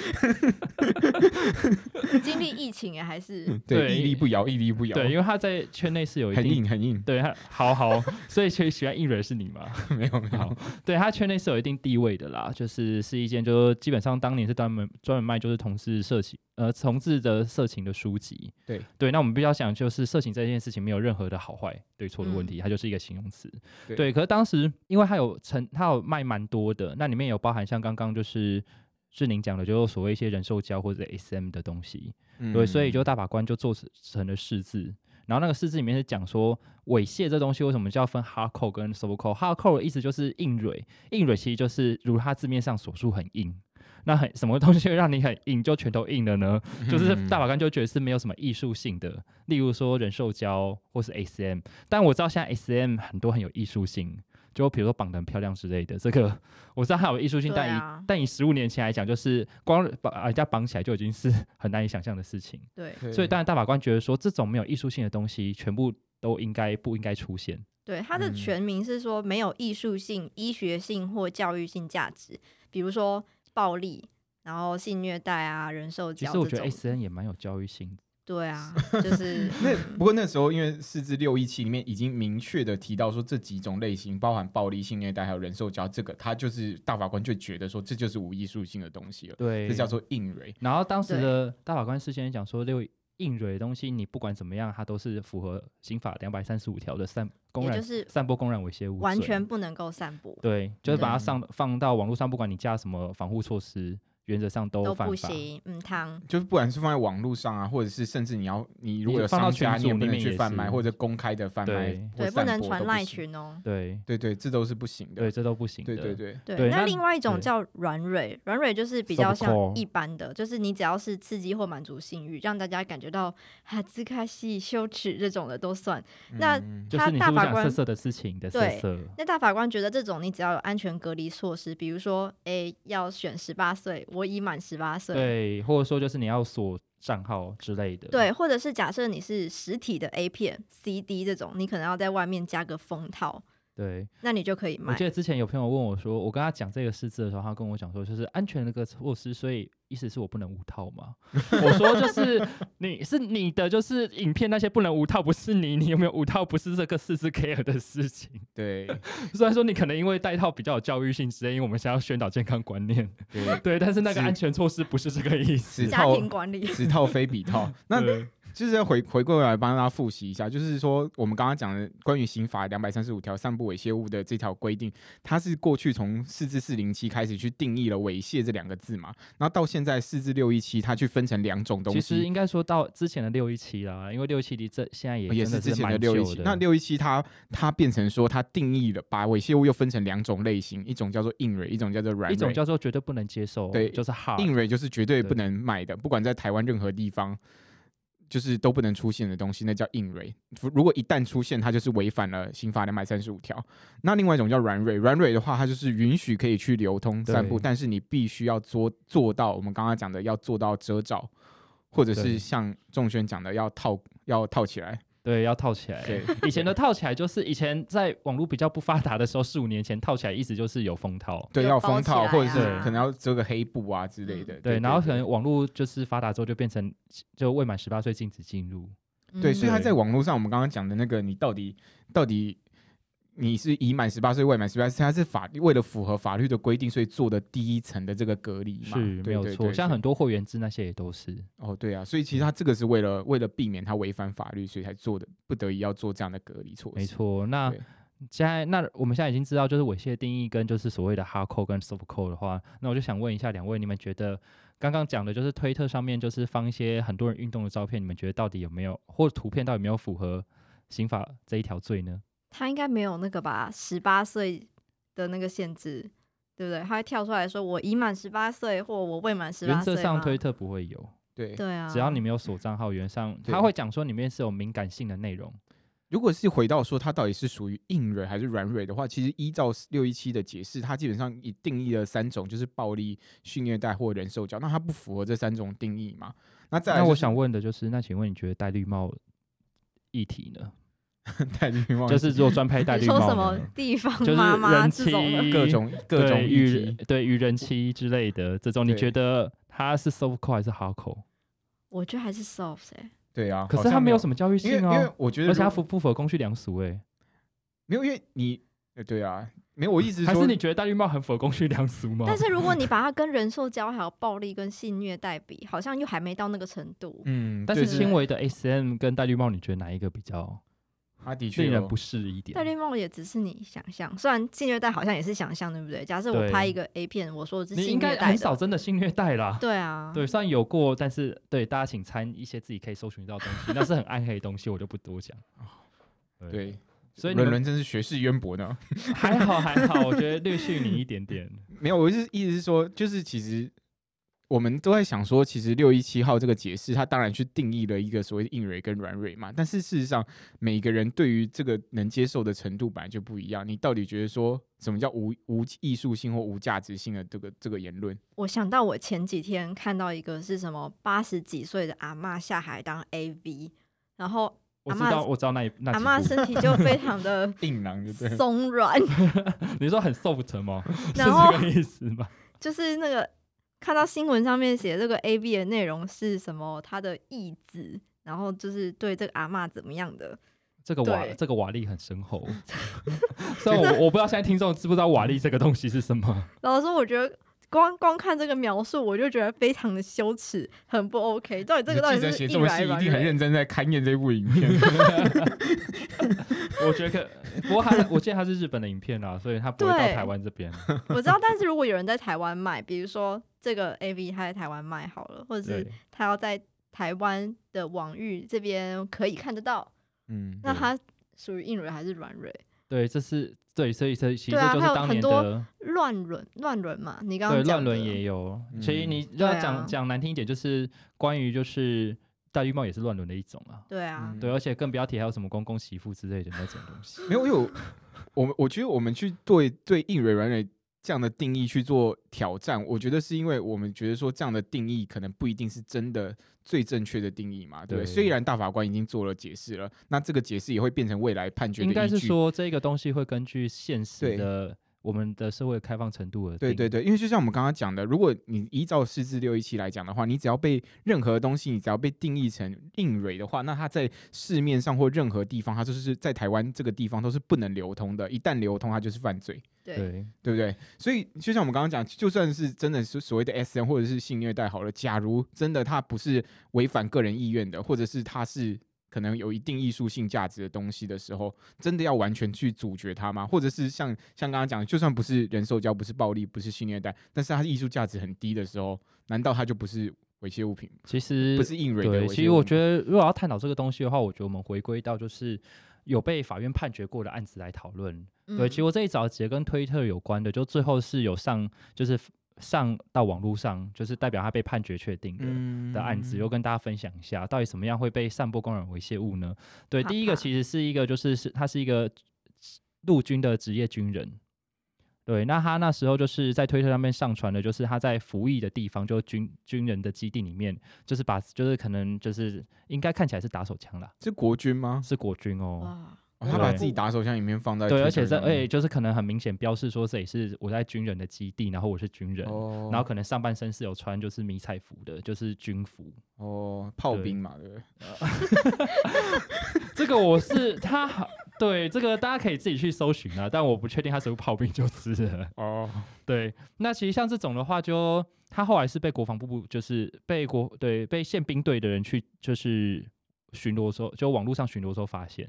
[SPEAKER 1] 经历疫情也还是
[SPEAKER 2] 对
[SPEAKER 3] 对，屹立不摇，屹立不摇，
[SPEAKER 2] 对，因为他在圈内是有一
[SPEAKER 3] 很
[SPEAKER 2] 定，
[SPEAKER 3] 硬很硬，
[SPEAKER 2] 对，他好好， 所以其实喜欢硬蕊是你嘛？
[SPEAKER 3] 没有没有，
[SPEAKER 2] 对他圈内是有一定地位的啦，就是是一间就是基本上当年是专门专门卖就是同志色情呃同志的色情的书籍。
[SPEAKER 3] 对
[SPEAKER 2] 对，那我们必须要想就是色情这件事情没有任何的好坏对错的问题，它就是一个形容词。
[SPEAKER 3] 嗯对
[SPEAKER 2] 可是当时因为它有成它有卖蛮多的，那里面有包含像刚刚就是。志宁讲的，就是所谓一些人兽交或者 SM 的东西，
[SPEAKER 3] 嗯
[SPEAKER 2] 对，所以就大法官就做成成了释字，然后那个释字里面是讲说猥亵这东西为什么就要分 hardcore 跟 softcore。hardcore 的意思就是硬蕊，硬蕊其实就是如它字面上所述很硬。那很什么东西会让你很硬，就全都硬了呢？就是大法官就觉得是没有什么艺术性的，例如说人兽交或是 SM。但我知道现在 SM 很多很有艺术性，就比如说绑得很漂亮之类的，这个我知道它有艺术性，
[SPEAKER 1] 对
[SPEAKER 2] 但以、
[SPEAKER 1] 啊
[SPEAKER 2] 但以十五年前来讲，就是光把把人家绑起来就已经是 很难以想象的事情。
[SPEAKER 1] 对
[SPEAKER 3] 对
[SPEAKER 2] 所以当然大法官觉得说，这种没有艺术性的东西，全部都应该不应该出现。
[SPEAKER 1] 对，它的
[SPEAKER 3] 嗯
[SPEAKER 1] 全名是说没有艺术性、医学性或教育性价值，比如说暴力，然后性虐待啊、人兽
[SPEAKER 2] 其
[SPEAKER 1] 交
[SPEAKER 2] 实我觉
[SPEAKER 1] 这
[SPEAKER 2] 得
[SPEAKER 1] 种。
[SPEAKER 2] S N 也蛮有教育性 的，
[SPEAKER 1] 对 啊，就是
[SPEAKER 3] 那不过那时候因为四至六一七里面已经明确的提到说这几种类型，包含暴力、性虐待还有人兽交，这个他就是大法官就觉得说这就是无艺术性的东西了，
[SPEAKER 2] 对
[SPEAKER 3] 这叫做硬蕊。
[SPEAKER 2] 然后当时的大法官事先讲说，六硬蕊的东西，你不管怎么样，它都是符合刑法两百三十五条的散公
[SPEAKER 1] 也
[SPEAKER 2] 然、
[SPEAKER 1] 就是
[SPEAKER 2] 散播公然猥亵物罪，
[SPEAKER 1] 完全不能够散步，
[SPEAKER 2] 对，就是把它
[SPEAKER 1] 嗯
[SPEAKER 3] 对
[SPEAKER 2] 上放到网络上，不管你加什么防护措施，原则上都
[SPEAKER 1] 都
[SPEAKER 2] 犯
[SPEAKER 1] 不
[SPEAKER 2] 法。
[SPEAKER 1] 行。嗯，汤
[SPEAKER 3] 就是不管是放在网络上啊，或者是甚至你要你如果有
[SPEAKER 2] 你放到
[SPEAKER 3] 商家，
[SPEAKER 2] 群
[SPEAKER 3] 你也
[SPEAKER 2] 组
[SPEAKER 3] 不
[SPEAKER 2] 里
[SPEAKER 3] 能
[SPEAKER 2] 面
[SPEAKER 3] 去
[SPEAKER 2] 也
[SPEAKER 3] 贩卖
[SPEAKER 2] 是
[SPEAKER 3] 或者公开的贩卖
[SPEAKER 2] 对，
[SPEAKER 3] 或
[SPEAKER 1] 对，不
[SPEAKER 3] 散
[SPEAKER 1] 能
[SPEAKER 3] 播
[SPEAKER 1] 传
[SPEAKER 3] 都不
[SPEAKER 1] 赖
[SPEAKER 3] 行。
[SPEAKER 1] 群哦。
[SPEAKER 2] 对
[SPEAKER 3] 对对，这都是不行
[SPEAKER 2] 对，
[SPEAKER 3] 的。
[SPEAKER 2] 这都不行的。
[SPEAKER 3] 对对对，
[SPEAKER 1] 对，
[SPEAKER 2] 对那
[SPEAKER 1] 那另外一种
[SPEAKER 2] 对
[SPEAKER 1] 叫软蕊，软蕊就是比较
[SPEAKER 2] Softcore
[SPEAKER 1] 像一般的，就是你只要是刺激或满足性欲，让大家感觉到啊哈兹卡西羞耻这种的都算。那
[SPEAKER 3] 嗯
[SPEAKER 2] 就
[SPEAKER 1] 他
[SPEAKER 2] 是你
[SPEAKER 1] 大
[SPEAKER 2] 是不是
[SPEAKER 1] 法
[SPEAKER 2] 讲
[SPEAKER 1] 官
[SPEAKER 2] 色色的事情的色
[SPEAKER 1] 对
[SPEAKER 2] 色，
[SPEAKER 1] 那大法官觉得这种你只要有安全隔离措施，比如说，诶，要选十八岁，我已满十八岁，
[SPEAKER 2] 对，或者说就是你要锁账号之类的。
[SPEAKER 1] 对，或者是假设你是实体的 A 片、CD 这种，你可能要在外面加个封套，
[SPEAKER 2] 对，
[SPEAKER 1] 那你就可以
[SPEAKER 2] 我
[SPEAKER 1] 买
[SPEAKER 2] 记。得之前有朋友问我说，我跟他讲这个事字的时候，他跟我讲说，就是安全的一个措施，所以意思是我不能无套嘛。 我说 就是你是你的，就是影片那些不能无套，不是你，你有没有无套，不是这个四字 care 的事情。
[SPEAKER 3] 对
[SPEAKER 2] 虽然说你可能因为戴套比较有教育性之类，因为我们想要宣导健康观念，
[SPEAKER 3] 对，
[SPEAKER 2] 对，但是那个
[SPEAKER 3] 是
[SPEAKER 2] 安全措施不是这个意思
[SPEAKER 3] 此。
[SPEAKER 1] 家
[SPEAKER 3] 套
[SPEAKER 1] 庭管理，
[SPEAKER 3] 此套非彼 套。那
[SPEAKER 2] 对
[SPEAKER 3] 就是要回回过来帮大家复习一下，就是说我们刚刚讲的关于刑法两百三十五条散布猥亵物的这条规定，它是过去从四至四零七开始去定义了猥亵这两个字嘛，然后到现在四至六一七，它去分成两种东
[SPEAKER 2] 其
[SPEAKER 3] 西。
[SPEAKER 2] 实应该说到之前的六一七啦，因为六一七离这现在也
[SPEAKER 3] 哦也
[SPEAKER 2] 真
[SPEAKER 3] 是之前
[SPEAKER 2] 蛮
[SPEAKER 3] 六一
[SPEAKER 2] 久
[SPEAKER 3] 七
[SPEAKER 2] 的。，
[SPEAKER 3] 那六一七它它变成说它定义了，把猥亵物又分成两种类型，一种叫做硬蕊，一种叫做软
[SPEAKER 2] 一种
[SPEAKER 3] 蕊。
[SPEAKER 2] 叫做绝对不能接受，
[SPEAKER 3] 对
[SPEAKER 2] 就是 hard
[SPEAKER 3] 硬蕊就是绝对
[SPEAKER 2] 对
[SPEAKER 3] 不能买的，不管在台湾任何地方，就是都不能出现的东西，那叫硬蕊。如如果一旦出现，它就是违反了刑法两百三十五条。那另外一种叫软蕊，软蕊的话，它就是允许可以去流通
[SPEAKER 2] 对
[SPEAKER 3] 散布，但是你必须要做做到我们刚刚讲的要做到遮罩，或者
[SPEAKER 2] 对
[SPEAKER 3] 是像仲轩讲的要套要套起来。
[SPEAKER 2] 对，要套起来。
[SPEAKER 3] 对，
[SPEAKER 2] 以前的套起来就是以前在网络比较不发达的时候，四五年前套起来意思就是有封套。
[SPEAKER 3] 对，
[SPEAKER 1] 就
[SPEAKER 3] 要
[SPEAKER 1] 包
[SPEAKER 3] 封
[SPEAKER 1] 起
[SPEAKER 3] 套，
[SPEAKER 1] 来
[SPEAKER 3] 或者是
[SPEAKER 2] 啊
[SPEAKER 3] 可能要遮个黑布啊之类的。
[SPEAKER 2] 嗯对，然后可能网络就是发达之后就变成就未满十八岁禁止进入。
[SPEAKER 3] 对，
[SPEAKER 1] 嗯
[SPEAKER 3] 所以他
[SPEAKER 2] 嗯对
[SPEAKER 3] 在网络上，我们刚刚讲的那个，你到底到底你是已满十八岁未满十八岁，他是法为了符合法律的规定，所以做的第一层的这个隔离嘛，
[SPEAKER 2] 是没
[SPEAKER 3] 对
[SPEAKER 2] 有
[SPEAKER 3] 对
[SPEAKER 2] 错，
[SPEAKER 3] 对
[SPEAKER 2] 像
[SPEAKER 3] 所以
[SPEAKER 2] 很多会员制那些也都是。
[SPEAKER 3] 哦对啊，所以其实他这个是为了为了避免他违反法律，所以才做的不得已要做这样的隔离措施。
[SPEAKER 2] 没，错，那
[SPEAKER 3] 对
[SPEAKER 2] 现在那我们现在已经知道就是猥亵的定义跟就是所谓的 hard core 跟 soft core 的话，那我就想问一下两位，你们觉得刚刚讲的就是推特上面就是放一些很多人运动的照片，你们觉得到底有没有或图片到底有没有符合刑法这一条罪呢？
[SPEAKER 1] 他应该没有那个吧，十八岁的那个限制，对不对？他会跳出来说我已满十八岁或我未满十
[SPEAKER 2] 原
[SPEAKER 1] 八岁
[SPEAKER 2] 则
[SPEAKER 1] 嘛。
[SPEAKER 2] 上推特不会有，
[SPEAKER 3] 对。
[SPEAKER 1] 对啊，
[SPEAKER 2] 只要你没有锁账号，原则上
[SPEAKER 3] 对
[SPEAKER 2] 他会讲说里面是有敏感性的内容。
[SPEAKER 3] 如果是回到说它到底是属于硬蕊还是软蕊的话，其实依照六一七的解释，它基本上已定义了三种，就是暴力、训虐待或人受教。那它不符合这三种定义嘛？那再来
[SPEAKER 2] 那
[SPEAKER 3] 就
[SPEAKER 2] 我
[SPEAKER 3] 是
[SPEAKER 2] 想问的就是，那请问你觉得戴绿帽议题呢？
[SPEAKER 3] 戴绿帽
[SPEAKER 2] 就是如果专拍戴
[SPEAKER 1] 你
[SPEAKER 2] 绿
[SPEAKER 1] 说
[SPEAKER 2] 帽呢，
[SPEAKER 1] 什么地方
[SPEAKER 2] 就是
[SPEAKER 1] 妈妈
[SPEAKER 2] 人
[SPEAKER 1] 这种的，
[SPEAKER 2] 妻
[SPEAKER 3] 各种各
[SPEAKER 2] 对
[SPEAKER 3] 种
[SPEAKER 2] 与
[SPEAKER 3] 议
[SPEAKER 2] 人
[SPEAKER 3] 题。
[SPEAKER 2] 对愚人期之类的这种，你
[SPEAKER 3] 对
[SPEAKER 2] 觉得他是 soft core 还是 hard core？
[SPEAKER 1] 我觉得还是 soft 哎、
[SPEAKER 3] 对啊，
[SPEAKER 2] 可
[SPEAKER 3] 好
[SPEAKER 2] 是他
[SPEAKER 3] 像
[SPEAKER 2] 没
[SPEAKER 3] 没
[SPEAKER 2] 有什么教育
[SPEAKER 3] 因为
[SPEAKER 2] 性
[SPEAKER 3] 因为
[SPEAKER 2] 哦，
[SPEAKER 3] 我觉得
[SPEAKER 2] 而且他
[SPEAKER 3] 如
[SPEAKER 2] 符不符合公序良俗？哎，
[SPEAKER 3] 没有，因为你呃对啊，没有我一直
[SPEAKER 2] 还
[SPEAKER 3] 说
[SPEAKER 2] 是你觉得戴绿帽很符合公序良俗吗？
[SPEAKER 1] 但是如 果你把它跟人兽交还有暴力跟性虐待比，好像又还没到那个程度。
[SPEAKER 3] 嗯，
[SPEAKER 2] 但
[SPEAKER 3] 对
[SPEAKER 2] 是
[SPEAKER 3] 对
[SPEAKER 2] 轻微的 SM 跟戴绿帽，你觉得哪一个比较
[SPEAKER 3] 他的确
[SPEAKER 2] 令人
[SPEAKER 3] 有
[SPEAKER 2] 不适一点
[SPEAKER 1] 戴？绿帽也只是你想象，虽然性虐待好像也是想象，对不对？假设我
[SPEAKER 2] 对
[SPEAKER 1] 拍一个 A 片，我说的是
[SPEAKER 2] 你
[SPEAKER 1] 性
[SPEAKER 2] 应
[SPEAKER 1] 虐
[SPEAKER 2] 该
[SPEAKER 1] 待
[SPEAKER 2] 很少
[SPEAKER 1] 的，
[SPEAKER 2] 真的性虐待啦。
[SPEAKER 1] 对啊，
[SPEAKER 2] 对，虽然有过，但是对大家请参一些自己可以搜寻到的东西，那是很暗黑的东西，我就不多讲。
[SPEAKER 3] 哦对，
[SPEAKER 2] 所以你
[SPEAKER 3] 伦
[SPEAKER 2] 们
[SPEAKER 3] 伦真是学识渊博呢。
[SPEAKER 2] 还好还好，我觉得略逊你一点 点。
[SPEAKER 3] 没有，我是意思是说，就是其实我们都在想说，其实六一七号这个解释，它当然去定义了一个所谓硬蕊跟软蕊嘛。但是事实上，每个人对于这个能接受的程度本来就不一样。你到底觉得说什么叫无无艺术性或无价值性的这个这个言论？
[SPEAKER 1] 我想到我前几天看到一个是什么八十几岁的阿嬷下海当 AV，然后
[SPEAKER 2] 我知
[SPEAKER 1] 阿嬷
[SPEAKER 2] 道我知道那一那
[SPEAKER 1] 阿
[SPEAKER 2] 几
[SPEAKER 1] 嬷
[SPEAKER 2] 部
[SPEAKER 1] 身体就非常 的
[SPEAKER 3] 硬朗就对了。
[SPEAKER 1] 松软，
[SPEAKER 2] 你说很 soft 吗？是
[SPEAKER 1] 然后
[SPEAKER 2] 这个意思吗？
[SPEAKER 1] 就是那个看到新闻上面写这个 AV 的内容是什么，他的意志，然后就是对这个阿嬷怎么样的，
[SPEAKER 2] 这个瓦
[SPEAKER 1] 对
[SPEAKER 2] 这个瓦力很深 厚，虽然我我不知道现在听众知不知道瓦力这个东西是什么，
[SPEAKER 1] 老实说，我觉得。光光看这个描述，我就觉得非常的羞耻，很不 OK。到底 这个到
[SPEAKER 3] 记
[SPEAKER 1] 底
[SPEAKER 3] 者
[SPEAKER 1] 是
[SPEAKER 3] 写
[SPEAKER 1] 一
[SPEAKER 3] 这么
[SPEAKER 1] 来
[SPEAKER 3] 细，一
[SPEAKER 1] 吧？
[SPEAKER 3] 定很认真在勘验这部影片。
[SPEAKER 2] 我觉得可不过它我记得它是日本的影片啦，所以它不会到
[SPEAKER 1] 对
[SPEAKER 2] 台湾这 边。
[SPEAKER 1] 我知道，但是如果有人在台湾卖，比如说这个 AV 他在台湾卖好了，或者是
[SPEAKER 2] 对，
[SPEAKER 1] 他要在台湾的网域这边可以看得到，
[SPEAKER 3] 嗯，
[SPEAKER 1] 那他属于硬蕊还是软蕊？
[SPEAKER 2] 对，这是对，所以这其实
[SPEAKER 1] 对啊
[SPEAKER 2] 这就是
[SPEAKER 1] 还有
[SPEAKER 2] 当
[SPEAKER 1] 很
[SPEAKER 2] 年
[SPEAKER 1] 多
[SPEAKER 2] 的
[SPEAKER 1] 乱伦，乱伦嘛，你刚
[SPEAKER 2] 对
[SPEAKER 1] 刚讲
[SPEAKER 2] 乱
[SPEAKER 1] 的
[SPEAKER 2] 伦也有，
[SPEAKER 3] 嗯
[SPEAKER 2] 所以你要
[SPEAKER 1] 对啊
[SPEAKER 2] 讲讲难听一点，就是关于就是戴绿帽也是乱伦的一种啊。
[SPEAKER 1] 对啊
[SPEAKER 3] 嗯，
[SPEAKER 2] 对，而且更不要提还有什么公公媳妇之类的那种东西。
[SPEAKER 3] 没有，因为我们我觉得我们去对对硬蕊软蕊这样的定义去做挑战，我觉得是因为我们觉得说这样的定义可能不一定是真的最正确的定义嘛，对不对？
[SPEAKER 2] 对
[SPEAKER 3] 虽然大法官已经做了解释了，那这个解释也会变成未来判决的依
[SPEAKER 2] 应
[SPEAKER 3] 据。
[SPEAKER 2] 该是说这个东西会根据现
[SPEAKER 3] 对
[SPEAKER 2] 实的我们的社会开放程度而定。
[SPEAKER 3] 对对对，因为就像我们刚刚讲的，如果你依照四至六一七来讲的话，你只要被任何东西，你只要被定义成硬蕊的话，那它在市面上或任何地方，它就是在台湾这个地方都是不能流通的，一旦流通，它就是犯罪。
[SPEAKER 1] 对
[SPEAKER 2] 对
[SPEAKER 3] 对不对？所以就像我们刚刚讲，就算是真的是所谓的 S M 或者是性虐待好了，假如真的它不是违反个人意愿的，或者是它是可能有一定艺术性价值的东西的时候，真的要完全去阻绝它吗？或者是像像刚刚讲的，就算不是人兽交，不是暴力，不是性虐待，但是它艺术价值很低的时候，难道它就不是猥亵物品？
[SPEAKER 2] 其实
[SPEAKER 3] 不是硬蕊的猥亵
[SPEAKER 2] 对，
[SPEAKER 3] 物品？
[SPEAKER 2] 其实我觉得如果要探讨这个东西的话，我觉得我们回归到就是有被法院判决过的案子来讨论。对，
[SPEAKER 1] 嗯
[SPEAKER 2] 其实我这一早节跟推特有关的，就最后是有上就是上到网络上，就是代表他被判决确定的。
[SPEAKER 3] 嗯
[SPEAKER 2] 的案子，又跟大家分享一下，到底什么样会被散播公然猥亵物呢？对，
[SPEAKER 1] 怕
[SPEAKER 2] 第一个
[SPEAKER 1] 怕
[SPEAKER 2] 其实是一个，就是是他是一个陆军的职业军人，对，那他那时候就是在推特上面上传的，就是他在服役的地方，就是军军人的基地里面，就是把就是可能就是应该看起来是打手枪啦，
[SPEAKER 3] 是国军吗？
[SPEAKER 2] 是国军哦。
[SPEAKER 1] 哇，
[SPEAKER 3] 哦他把
[SPEAKER 2] 对
[SPEAKER 3] 自己打手枪影片放在
[SPEAKER 2] 对，
[SPEAKER 3] Twitter
[SPEAKER 2] 而且这
[SPEAKER 3] 上面
[SPEAKER 2] 哎，就是可能很明显标示说这里是我在军人的基地，然后我是军人，
[SPEAKER 3] 哦，
[SPEAKER 2] 然后可能上半身是有穿就是迷彩服的，就是军服。
[SPEAKER 3] 哦炮
[SPEAKER 2] 对
[SPEAKER 3] 兵嘛，对不对？
[SPEAKER 2] 这个我是他好对这个大家可以自己去搜寻啊，但我不确定他是不是炮兵就是了。
[SPEAKER 3] 哦，
[SPEAKER 2] 对，那其实像这种的话就，他后来是被国防部部，就是被国对被宪兵队的人去就是巡逻的时候，就网络上巡逻的时候发现，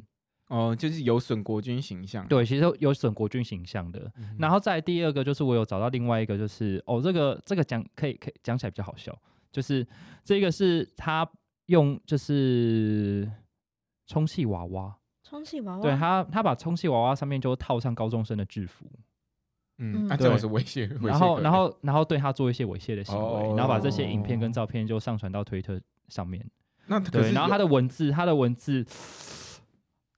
[SPEAKER 3] 哦，就是有损国军形象。
[SPEAKER 2] 对，其实有损国军形象的。
[SPEAKER 3] 嗯哼，
[SPEAKER 2] 然后再来第二个就是我有找到另外一个，就是哦，这个这个讲可以可以讲起来比较好笑，就是这个是他用就是充气娃娃，
[SPEAKER 1] 充气娃娃，
[SPEAKER 2] 对他他把充气娃娃上面就套上高中生的制服，
[SPEAKER 3] 嗯，
[SPEAKER 1] 嗯
[SPEAKER 3] 那这种是威 胁，威胁
[SPEAKER 2] 然后，
[SPEAKER 3] 可
[SPEAKER 2] 然
[SPEAKER 3] 能
[SPEAKER 2] 后，然后对他做一些猥亵的行为，
[SPEAKER 3] 哦
[SPEAKER 2] 然后把这些影片跟照片就上传到推特上面。
[SPEAKER 3] 那可
[SPEAKER 2] 对，
[SPEAKER 3] 是
[SPEAKER 2] 然后他
[SPEAKER 3] 有
[SPEAKER 2] 的文字，他的文字，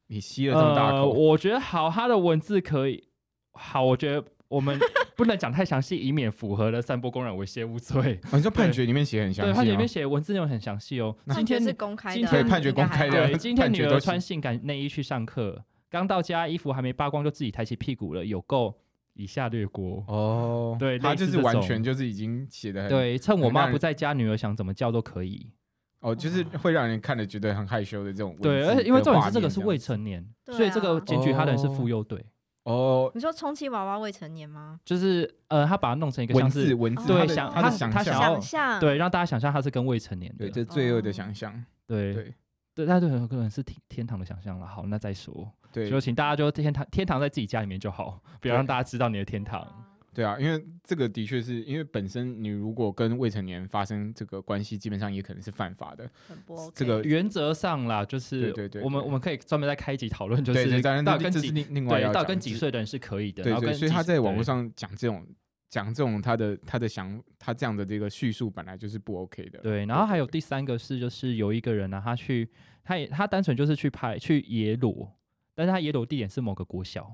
[SPEAKER 3] 你吸了这么大
[SPEAKER 2] 呃，
[SPEAKER 3] 口，
[SPEAKER 2] 我觉得好，他的文字可以好，我觉得 我们不能讲太详细，以免符合了散播公然猥亵无罪。
[SPEAKER 3] 哦你说判决里面写很详细哦
[SPEAKER 2] 对，
[SPEAKER 3] 吗，
[SPEAKER 2] 他里面写的文字内容很详细哦。
[SPEAKER 1] 判
[SPEAKER 2] 今
[SPEAKER 1] 决
[SPEAKER 2] 天
[SPEAKER 1] 是公开的啊，
[SPEAKER 2] 今天
[SPEAKER 3] 对判决
[SPEAKER 1] 应该
[SPEAKER 3] 公开
[SPEAKER 1] 还
[SPEAKER 3] 的
[SPEAKER 1] 好
[SPEAKER 2] 对，今天
[SPEAKER 3] 判
[SPEAKER 2] 女
[SPEAKER 3] 决
[SPEAKER 2] 儿
[SPEAKER 3] 都是
[SPEAKER 2] 穿性感内衣去上课，刚到家衣服还没扒光就自己抬起屁股了，有够以下略过。
[SPEAKER 3] 哦，
[SPEAKER 2] 对
[SPEAKER 3] 他
[SPEAKER 2] 类似
[SPEAKER 3] 就是
[SPEAKER 2] 这
[SPEAKER 3] 完
[SPEAKER 2] 种
[SPEAKER 3] 全就是已经写的很，
[SPEAKER 2] 对，趁我
[SPEAKER 3] 很
[SPEAKER 2] 妈
[SPEAKER 3] 让
[SPEAKER 2] 不
[SPEAKER 3] 人
[SPEAKER 2] 在家，女儿想怎么叫都可以。
[SPEAKER 3] 哦，就是会让人看了觉得很害羞的这种文字
[SPEAKER 2] 对，
[SPEAKER 3] 的
[SPEAKER 2] 而且因为重点
[SPEAKER 3] 画
[SPEAKER 2] 是这个
[SPEAKER 3] 面
[SPEAKER 2] 是
[SPEAKER 3] 样
[SPEAKER 2] 未
[SPEAKER 3] 子
[SPEAKER 2] 成年，
[SPEAKER 1] 对
[SPEAKER 2] 所以这个
[SPEAKER 1] 啊
[SPEAKER 2] 检举他的人是妇幼队，
[SPEAKER 3] 哦，
[SPEAKER 1] 你说充气娃娃未成年吗？
[SPEAKER 2] 就是呃，他把它弄成一个
[SPEAKER 3] 文
[SPEAKER 2] 像
[SPEAKER 3] 字
[SPEAKER 2] 是
[SPEAKER 3] 文字，
[SPEAKER 1] 对
[SPEAKER 3] 他的
[SPEAKER 2] 想
[SPEAKER 3] 他的
[SPEAKER 2] 他
[SPEAKER 3] 想
[SPEAKER 2] 他想要
[SPEAKER 3] 象
[SPEAKER 1] 想，象，
[SPEAKER 2] 对让大家想象他是跟未成年的，哦
[SPEAKER 3] 对，这是罪恶的想象，
[SPEAKER 2] 对
[SPEAKER 3] 对
[SPEAKER 2] 对，那对很有可能是天天堂的想象了。好，那再说，
[SPEAKER 3] 对
[SPEAKER 2] 就请大家就天堂天堂在自己家里面就好，不要让
[SPEAKER 3] 对
[SPEAKER 2] 大家知道你的天堂。
[SPEAKER 3] 对啊，因为这个的确是因为本身你如果跟未成年发生这个关系，基本上也可能是犯法的。
[SPEAKER 1] 很不 OK。
[SPEAKER 3] 这个
[SPEAKER 2] 原则上啦，就是
[SPEAKER 3] 对对对
[SPEAKER 2] 我们
[SPEAKER 3] 对
[SPEAKER 2] 我们可以专门再开一集讨论，就
[SPEAKER 3] 对
[SPEAKER 2] 是
[SPEAKER 3] 对，当然
[SPEAKER 2] 到
[SPEAKER 3] 这
[SPEAKER 2] 底跟
[SPEAKER 3] 这是
[SPEAKER 2] 几
[SPEAKER 3] 另另外
[SPEAKER 2] 对
[SPEAKER 3] 要
[SPEAKER 2] 到
[SPEAKER 3] 讲
[SPEAKER 2] 底跟
[SPEAKER 3] 只
[SPEAKER 2] 几岁的人是可以的，
[SPEAKER 3] 对
[SPEAKER 2] 然后跟
[SPEAKER 3] 对，所以
[SPEAKER 2] 几
[SPEAKER 3] 他在网
[SPEAKER 2] 对
[SPEAKER 3] 络上讲这种讲这种他的他的想他这样的这个叙述本来就是不 OK 的。
[SPEAKER 2] 对，然后还有
[SPEAKER 3] 对
[SPEAKER 2] 第三个是，就是有一个人呢、啊他去，他也他单纯就是去拍去野裸，但是他野裸地点是某个国小，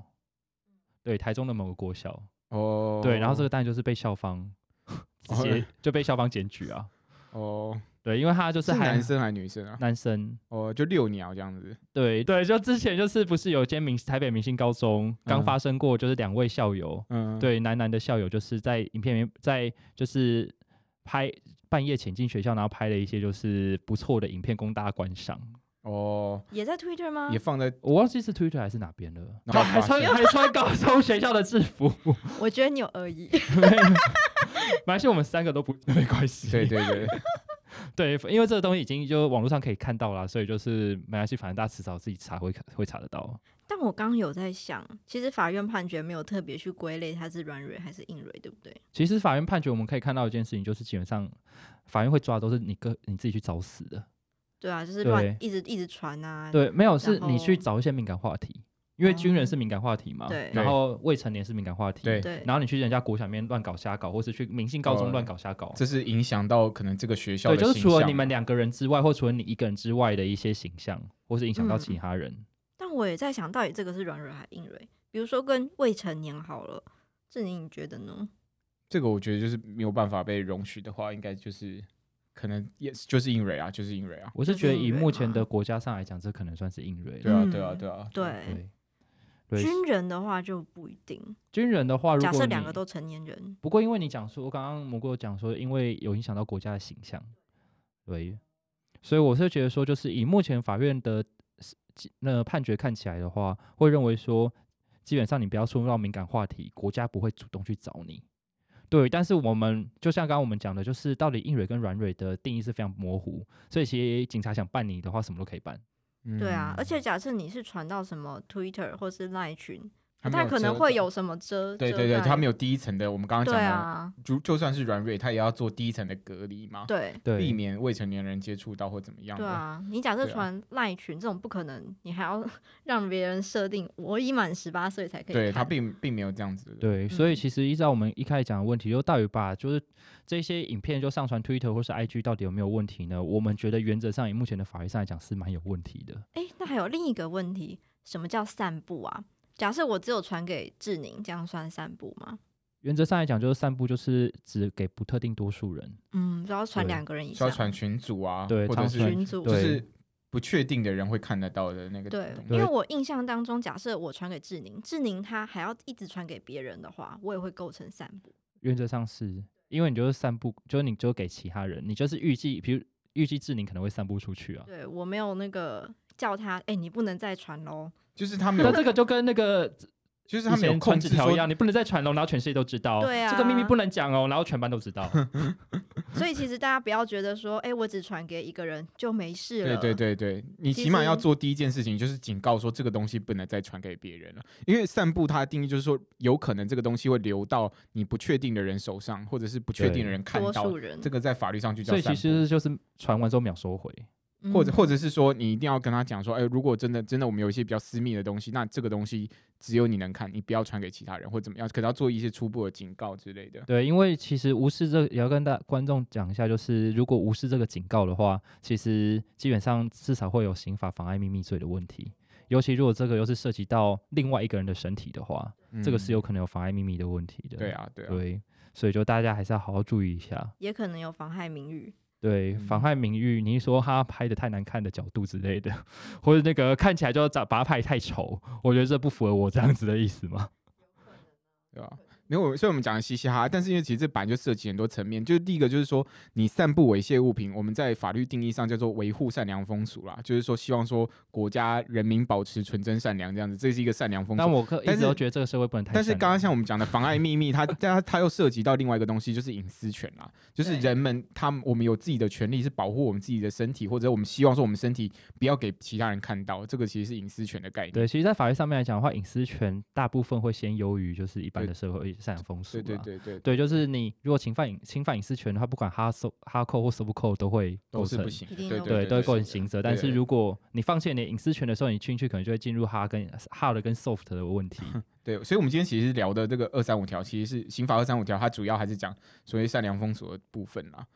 [SPEAKER 2] 对，台中的某个国小，
[SPEAKER 3] 哦，
[SPEAKER 2] 对，然后这个当然就是被校方 直
[SPEAKER 3] 哦
[SPEAKER 2] 接、就被校方检举啊，
[SPEAKER 3] 哦
[SPEAKER 2] 对，因为他就是
[SPEAKER 3] 是
[SPEAKER 2] 还
[SPEAKER 3] 男生还是女生啊？
[SPEAKER 2] 男生，
[SPEAKER 3] 哦，就遛鸟这样子。
[SPEAKER 2] 对对，就之前就是不是有间明台北明星高中刚
[SPEAKER 3] 嗯
[SPEAKER 2] 发生过，就是两位校友，
[SPEAKER 3] 嗯，
[SPEAKER 2] 对，男男的校友就是在影片里面在就是拍半夜潜进学校，然后拍了一些就是不错的影片供大家观赏。
[SPEAKER 3] 哦，
[SPEAKER 1] 也在 Twitter 吗？
[SPEAKER 3] 也 放在
[SPEAKER 2] 我忘记是 Twitter 还是哪边了，
[SPEAKER 3] 然后
[SPEAKER 2] 还
[SPEAKER 3] 发
[SPEAKER 2] 穿
[SPEAKER 3] 现
[SPEAKER 2] 还穿高中学校的制 服，
[SPEAKER 1] 我觉得你有恶意，
[SPEAKER 2] 反正我们三个都不没关系。
[SPEAKER 3] 对对对，
[SPEAKER 2] 对因为这个东西已经就网络上可以看到啦，所以就是没关系，反正大家迟早自己查会会查得到。
[SPEAKER 1] 但我刚刚有在想，其实法院判决没有特别去归类它是软蕊还是硬蕊，对不对？
[SPEAKER 2] 其实法院判决我们可以看到一件事情，就是基本上法院会抓的都是你个你自己去找死的，
[SPEAKER 1] 对啊，就是乱
[SPEAKER 2] 对
[SPEAKER 1] 一直一直传啊。
[SPEAKER 2] 对，没有是
[SPEAKER 1] 然后
[SPEAKER 2] 你去找一些敏感话题，因为军人是敏感话题嘛，
[SPEAKER 1] 对
[SPEAKER 2] 然后未成年是敏感话题，
[SPEAKER 3] 对
[SPEAKER 1] 对
[SPEAKER 2] 然后你去人家国小里面乱搞瞎搞，或是去明星高中
[SPEAKER 3] 哦
[SPEAKER 2] 乱搞瞎搞，
[SPEAKER 3] 这是影响到可能这个学校
[SPEAKER 2] 对，
[SPEAKER 3] 的
[SPEAKER 2] 就是
[SPEAKER 3] 形
[SPEAKER 2] 除了
[SPEAKER 3] 象
[SPEAKER 2] 你
[SPEAKER 3] 嘛
[SPEAKER 2] 们两个人之外，或除了你一个人之外的一些形象，或是影响到
[SPEAKER 1] 嗯
[SPEAKER 2] 其他人。
[SPEAKER 1] 但我也在想到底这个是软蕊还是硬蕊，比如说跟未成年好了，志宁你觉得呢？
[SPEAKER 3] 这个我觉得就是没有办法被容许的话，应该就是可能也就是硬蕊啊，就是硬蕊啊。
[SPEAKER 2] 我是觉得以
[SPEAKER 1] 就是
[SPEAKER 2] 目前的国家上来讲，这可能算是硬锐
[SPEAKER 3] 对
[SPEAKER 2] 了。
[SPEAKER 3] 啊，
[SPEAKER 1] 嗯
[SPEAKER 3] 对啊，对啊。
[SPEAKER 1] 对，嗯
[SPEAKER 2] 对，
[SPEAKER 1] 军人的话就不一定。
[SPEAKER 2] 军人的话，如
[SPEAKER 1] 假
[SPEAKER 2] 果
[SPEAKER 1] 设
[SPEAKER 2] 你
[SPEAKER 1] 两个都成年人，
[SPEAKER 2] 不过因为你讲说，刚刚蘑菇有讲说，因为有影响到国家的形象，对，所以我是觉得说，就是以目前法院的那判决看起来的话，会认为说，基本上你不要触碰到敏感话题，国家不会主动去找你。对，但是我们就像刚刚我们讲的，就是到底硬蕊跟软蕊的定义是非常模糊，所以其实警察想办你的话，什么都可以办。
[SPEAKER 3] 嗯
[SPEAKER 1] 对啊，而且假设你是传到什么 Twitter 或是 Line 群，
[SPEAKER 3] 它
[SPEAKER 1] 不太
[SPEAKER 3] 没有
[SPEAKER 1] 可能
[SPEAKER 3] 遮
[SPEAKER 1] 会有什么遮。
[SPEAKER 3] 对
[SPEAKER 1] 遮
[SPEAKER 3] 对对，
[SPEAKER 1] 盖
[SPEAKER 3] 它没有第一层的，我们刚刚讲
[SPEAKER 1] 对
[SPEAKER 3] 的，
[SPEAKER 1] 啊，
[SPEAKER 3] 就就算是软蕊，它也要做第一层的隔离嘛，
[SPEAKER 1] 对
[SPEAKER 2] 对，
[SPEAKER 3] 避免未成年人接触到或怎么样
[SPEAKER 1] 对
[SPEAKER 3] 的。
[SPEAKER 1] 啊，你假设
[SPEAKER 3] 对啊
[SPEAKER 1] 传赖群这种不可能，你还要 让别人设定我已满十八岁才可以看。
[SPEAKER 3] 对，它并并没有这样子的。
[SPEAKER 2] 对，所以
[SPEAKER 1] 嗯
[SPEAKER 2] 其实依照我们一开始讲的问题，就到底把就是这些影片就上传 Twitter 或是 IG 到底有没有问题呢？我们觉得原则上以目前的法律上来讲是蛮有问题的。
[SPEAKER 1] 哎，那还有另一个问题，什么叫散步啊？假设我只有传给志宁，这样算散步吗？
[SPEAKER 2] 原则上来讲，就是散步就是只给不特定多数人，
[SPEAKER 1] 嗯，只要传
[SPEAKER 2] 对
[SPEAKER 1] 两个人以
[SPEAKER 3] 需要
[SPEAKER 1] 上，
[SPEAKER 3] 传群组啊，
[SPEAKER 2] 对
[SPEAKER 3] 或者
[SPEAKER 2] 常
[SPEAKER 3] 是
[SPEAKER 1] 群组
[SPEAKER 3] 就
[SPEAKER 2] 对
[SPEAKER 3] 是不确定的人会看得到的那个
[SPEAKER 1] 对
[SPEAKER 3] 东，西
[SPEAKER 1] 因为我印象当中，假设我传给志宁，志宁他还要一直传给别人的话，我也会构成散步。
[SPEAKER 2] 原则上是因为你就是散步，就是你就给其他人，你就是预计，比如预计志宁可能会散步出去啊。
[SPEAKER 1] 对我没有那个叫他，哎、你不能再传喽。
[SPEAKER 3] 就是他们
[SPEAKER 2] 那
[SPEAKER 3] 有，
[SPEAKER 2] 这个就跟那个
[SPEAKER 3] 就是他
[SPEAKER 2] 以
[SPEAKER 3] 们有
[SPEAKER 2] 前传
[SPEAKER 3] 控
[SPEAKER 2] 纸
[SPEAKER 3] 制
[SPEAKER 2] 条
[SPEAKER 3] 说
[SPEAKER 2] 一样，你不能再传了，然后全世界都知道。
[SPEAKER 1] 对啊
[SPEAKER 2] 这个秘密不能讲哦，然后全班都知 道。
[SPEAKER 1] 所以其实大家不要觉得说，哎、我只传给一个人就没事
[SPEAKER 3] 对
[SPEAKER 1] 了。
[SPEAKER 3] 对对对，你
[SPEAKER 1] 其
[SPEAKER 3] 起码要
[SPEAKER 1] 实
[SPEAKER 3] 做第一件事情，就是警告说这个东西不能再传给别人了，因为散布它的定义就是说，有可能这个东西会流到你不确定的人手上，或者是不确定的人看
[SPEAKER 1] 多
[SPEAKER 3] 到
[SPEAKER 1] 数，人
[SPEAKER 3] 这，个在法律上就叫
[SPEAKER 2] 所以
[SPEAKER 3] 散
[SPEAKER 2] 其
[SPEAKER 3] 布。
[SPEAKER 2] 实就是传完之后秒收回。
[SPEAKER 1] 嗯
[SPEAKER 3] 或者或者是说，你一定要跟他讲说，哎，如果真的真的我们有一些比较私密的东西，那这个东西只有你能看，你不要传给其他人或怎么样，可能要做一些初步的警告之类的。
[SPEAKER 2] 对，因为其实无视这也要跟大观众讲一下，就是如果无视这个警告的话，其实基本上至少会有刑法妨碍秘密罪的问题。尤其如果这个又是涉及到另外一个人的身体的话，这个是有可能有妨碍秘密的问题的。
[SPEAKER 3] 嗯对，啊对啊，
[SPEAKER 2] 对，所以就大家还是要好好注意一下。
[SPEAKER 1] 也可能有妨害名誉。
[SPEAKER 2] 对，
[SPEAKER 3] 嗯
[SPEAKER 2] 妨害名誉，你一说他拍的太难看的角度之类的，或者那个看起来就要把他拍得太丑，我觉得这不符合我这样子的意思嘛。
[SPEAKER 3] 对吧？没有，所以我们讲的嘻嘻哈哈，但是因为其实这本来就涉及很多层面，就是第一个就是说，你散布猥亵物品，我们在法律定义上叫做维护善良风俗啦，就是说希望说国家人民保持纯真善良这样子，这是一个善良风
[SPEAKER 2] 但
[SPEAKER 3] 俗。
[SPEAKER 2] 我个一
[SPEAKER 3] 但
[SPEAKER 2] 直
[SPEAKER 3] 是
[SPEAKER 2] 都觉得这个社会不能太善良……
[SPEAKER 3] 但是刚刚像我们讲的妨碍秘密，它 它它又涉及到另外一个东西，就是隐私权啦，就是
[SPEAKER 1] 对
[SPEAKER 3] 人们他们我们有自己的权利是保护我们自己的身体，或者我们希望说我们身体不要给其他人看到，这个其实是隐私权的概念。
[SPEAKER 2] 对，其实，在法律上面来讲的话，隐私权大部分会先优于就是一般的社会善良风俗
[SPEAKER 3] 对
[SPEAKER 2] 啦。
[SPEAKER 3] 对对对，
[SPEAKER 2] 对就是你如果侵犯隐侵犯隐私权的话，不管哈收哈扣或收不扣都会构
[SPEAKER 3] 都是
[SPEAKER 2] 成
[SPEAKER 3] 不。行的，
[SPEAKER 1] 一定
[SPEAKER 3] 对
[SPEAKER 1] 都
[SPEAKER 2] 对，
[SPEAKER 3] 对，
[SPEAKER 2] 都会
[SPEAKER 3] 对
[SPEAKER 2] 构成
[SPEAKER 1] 是的
[SPEAKER 2] 刑责。但
[SPEAKER 3] 对
[SPEAKER 2] 是如果你放弃你的隐私权的时候，你进去可能就会进入哈跟哈的跟 soft 的 问题。
[SPEAKER 3] 对，所以，我们今天其实聊的这个二三五条，其实是刑法二三五条，它主要还是讲所谓善良风俗的部分啊啦。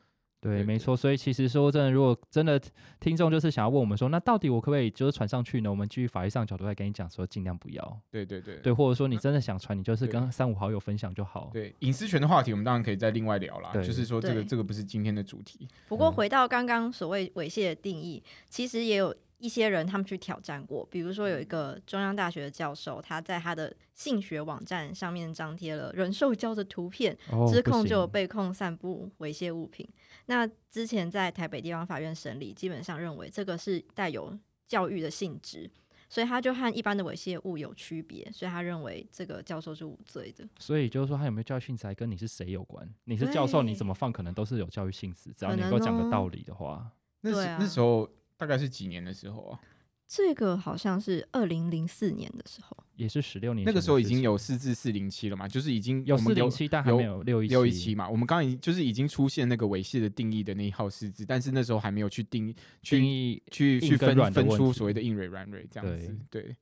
[SPEAKER 3] 对
[SPEAKER 2] 对，
[SPEAKER 3] 对
[SPEAKER 2] 没错。所以其实说真的，如果真的听众就是想要问我们说，那到底我可不可以就是传上去呢？我们基于法律上角度来跟你讲说，尽量不要。
[SPEAKER 3] 对对对
[SPEAKER 2] 对，或者说你真的想传，你就是
[SPEAKER 3] 嗯对
[SPEAKER 2] 跟三五好友分享就好。
[SPEAKER 3] 对隐私权的话题，我们当然可以再另外聊啦。
[SPEAKER 2] 对
[SPEAKER 3] 就是说，这个
[SPEAKER 1] 对
[SPEAKER 3] 这个不是今天的主题。
[SPEAKER 1] 不过
[SPEAKER 2] 嗯
[SPEAKER 1] 回到刚刚所谓猥亵的定义，其实也有一些人他们去挑战过，比如说
[SPEAKER 3] 嗯
[SPEAKER 1] 有一个中央大学的教授，他在他的性学网站上面张贴了人兽交的图片，
[SPEAKER 2] 哦
[SPEAKER 1] 之
[SPEAKER 2] 不
[SPEAKER 1] 控就有
[SPEAKER 2] 行
[SPEAKER 1] 被控散布猥亵物品。那之前在台北地方法院审理，基本上认为这个是带有教育的性质。所以他就和一般的猥亵物有区别，所以他认为这个教授是无罪的。
[SPEAKER 2] 所以就是说，他有没有教育性质，还跟你是谁有关。你是教授，
[SPEAKER 1] 对
[SPEAKER 2] 你怎么放，可能都是有教育性质。只要
[SPEAKER 1] 可
[SPEAKER 2] 你能
[SPEAKER 1] 能
[SPEAKER 2] 够讲
[SPEAKER 1] 哦
[SPEAKER 2] 个道理的话，
[SPEAKER 3] 那时、
[SPEAKER 1] 对啊
[SPEAKER 3] 那时候大概是几年的时候啊？
[SPEAKER 1] 这个好像是二零零四年的时候，
[SPEAKER 2] 也是十六年
[SPEAKER 3] 那
[SPEAKER 2] 前
[SPEAKER 3] 个
[SPEAKER 2] 的
[SPEAKER 3] 时候已
[SPEAKER 2] 事
[SPEAKER 3] 经
[SPEAKER 2] 情
[SPEAKER 3] 有四至四零七了嘛，就是已经
[SPEAKER 2] 有
[SPEAKER 3] 我们
[SPEAKER 2] 四零七，但还
[SPEAKER 3] 有
[SPEAKER 2] 没有六一
[SPEAKER 3] 六一
[SPEAKER 2] 七
[SPEAKER 3] 七。嘛。我们刚刚已经就是已经出现那个猥亵的定义的那一号四字，但是那时候还没有去定义去
[SPEAKER 2] 定义
[SPEAKER 3] 去
[SPEAKER 2] 硬
[SPEAKER 3] 去
[SPEAKER 2] 跟
[SPEAKER 3] 分
[SPEAKER 2] 软的
[SPEAKER 3] 分
[SPEAKER 2] 问
[SPEAKER 3] 出
[SPEAKER 2] 题
[SPEAKER 3] 所谓的硬蕊软蕊这样子，对。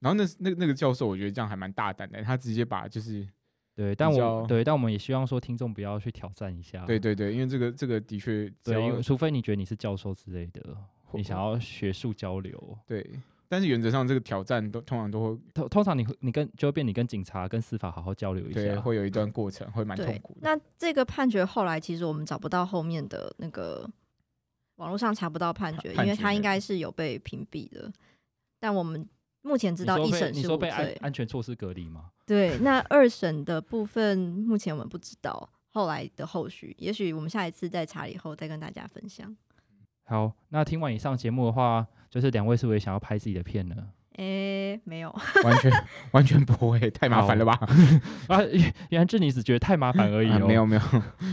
[SPEAKER 3] 然后那那那个教授，我觉得这样还蛮大胆的，他直接把就是
[SPEAKER 2] 对，但
[SPEAKER 3] 较
[SPEAKER 2] 我对，但我们也希望说听众不要去挑战一下。
[SPEAKER 3] 对对对，因为这个这个的确只
[SPEAKER 2] 啊对，因
[SPEAKER 3] 要
[SPEAKER 2] 为除非你觉得你是教授之类的，
[SPEAKER 3] 或
[SPEAKER 2] 你想要学术交流，
[SPEAKER 3] 对，但是原则上这个挑战都通常都会
[SPEAKER 2] 通通常你会你跟就会变你跟警察跟司法好好交流一
[SPEAKER 3] 对啊
[SPEAKER 2] 下。
[SPEAKER 3] 会有一段过程，会蛮痛
[SPEAKER 1] 对
[SPEAKER 3] 苦，的。
[SPEAKER 1] 那这个判决后来其实我们找不到后面的那个网络上查不到判决，
[SPEAKER 3] 判
[SPEAKER 1] 因为
[SPEAKER 3] 决
[SPEAKER 1] 他
[SPEAKER 3] 没
[SPEAKER 1] 应
[SPEAKER 3] 有
[SPEAKER 1] 该是有被屏蔽的，但我们目前知
[SPEAKER 2] 你
[SPEAKER 1] 道
[SPEAKER 2] 说
[SPEAKER 1] 一
[SPEAKER 2] 被
[SPEAKER 1] 审
[SPEAKER 2] 你
[SPEAKER 1] 是
[SPEAKER 2] 说
[SPEAKER 1] 无
[SPEAKER 2] 被安
[SPEAKER 1] 罪，
[SPEAKER 2] 安全措施隔离吗？
[SPEAKER 1] 对。那二审的部分目前我们不知道后来的后续，也许我们下一次在查以后再跟大家分享。
[SPEAKER 2] 好，那听完以上节目的话，就是两位是不是也想要拍自己的片呢？
[SPEAKER 1] 诶，没有，
[SPEAKER 3] 完全 完全不会，太麻烦了吧？
[SPEAKER 2] 啊，原原来是你只觉得太麻烦而已
[SPEAKER 3] 啊
[SPEAKER 2] 哦，
[SPEAKER 3] 没有没有，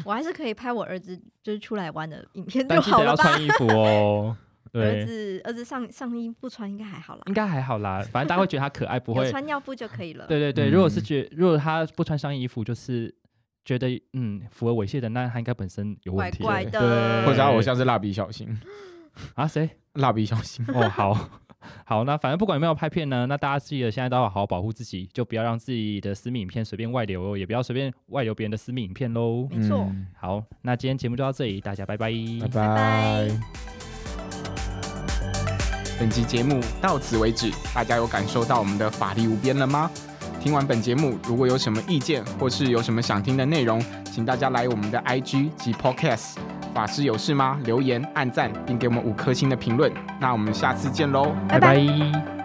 [SPEAKER 1] 我还是可以拍我儿子就是出来玩的影片就
[SPEAKER 2] 但记
[SPEAKER 1] 好
[SPEAKER 2] 得
[SPEAKER 1] 了
[SPEAKER 2] 要
[SPEAKER 1] 吧
[SPEAKER 2] 穿？衣服哦。
[SPEAKER 1] 儿
[SPEAKER 2] 对，
[SPEAKER 1] 子儿子上上衣不穿应该还好啦
[SPEAKER 2] 应，该还好啦，反正大家会觉得他可爱，不
[SPEAKER 1] 有
[SPEAKER 2] 会。
[SPEAKER 1] 穿尿布就可以了。
[SPEAKER 2] 对对对，如果是
[SPEAKER 3] 嗯
[SPEAKER 2] 觉，如果他不穿上衣服，就是觉得嗯符合猥亵的，那他应该本身有问
[SPEAKER 1] 怪
[SPEAKER 2] 题。
[SPEAKER 1] 怪
[SPEAKER 2] 对
[SPEAKER 1] 的，
[SPEAKER 3] 或者他偶像是蜡笔小新，
[SPEAKER 2] 啊，谁？
[SPEAKER 3] 蜡笔小新。
[SPEAKER 2] 哦，好。 好，那反正不管有没有拍片呢，那大家记得现在都要好好保护自己，就不要让自己的私密影片随便外流哦，也不要随便外流别人的私密影片喽。
[SPEAKER 1] 没错
[SPEAKER 3] 嗯，
[SPEAKER 2] 好，那今天节目就到这里，大家拜拜
[SPEAKER 3] 拜
[SPEAKER 1] 拜
[SPEAKER 3] 拜。本期节目到此为止，大家有感受到我们的法力无边了吗？听完本节目，如果有什么意见或是有什么想听的内容，请大家来我们的 IG 及 Podcast《法师有事吗》留言、按赞，并给我们五颗星的评论。那我们下次见喽！
[SPEAKER 1] 拜
[SPEAKER 2] 拜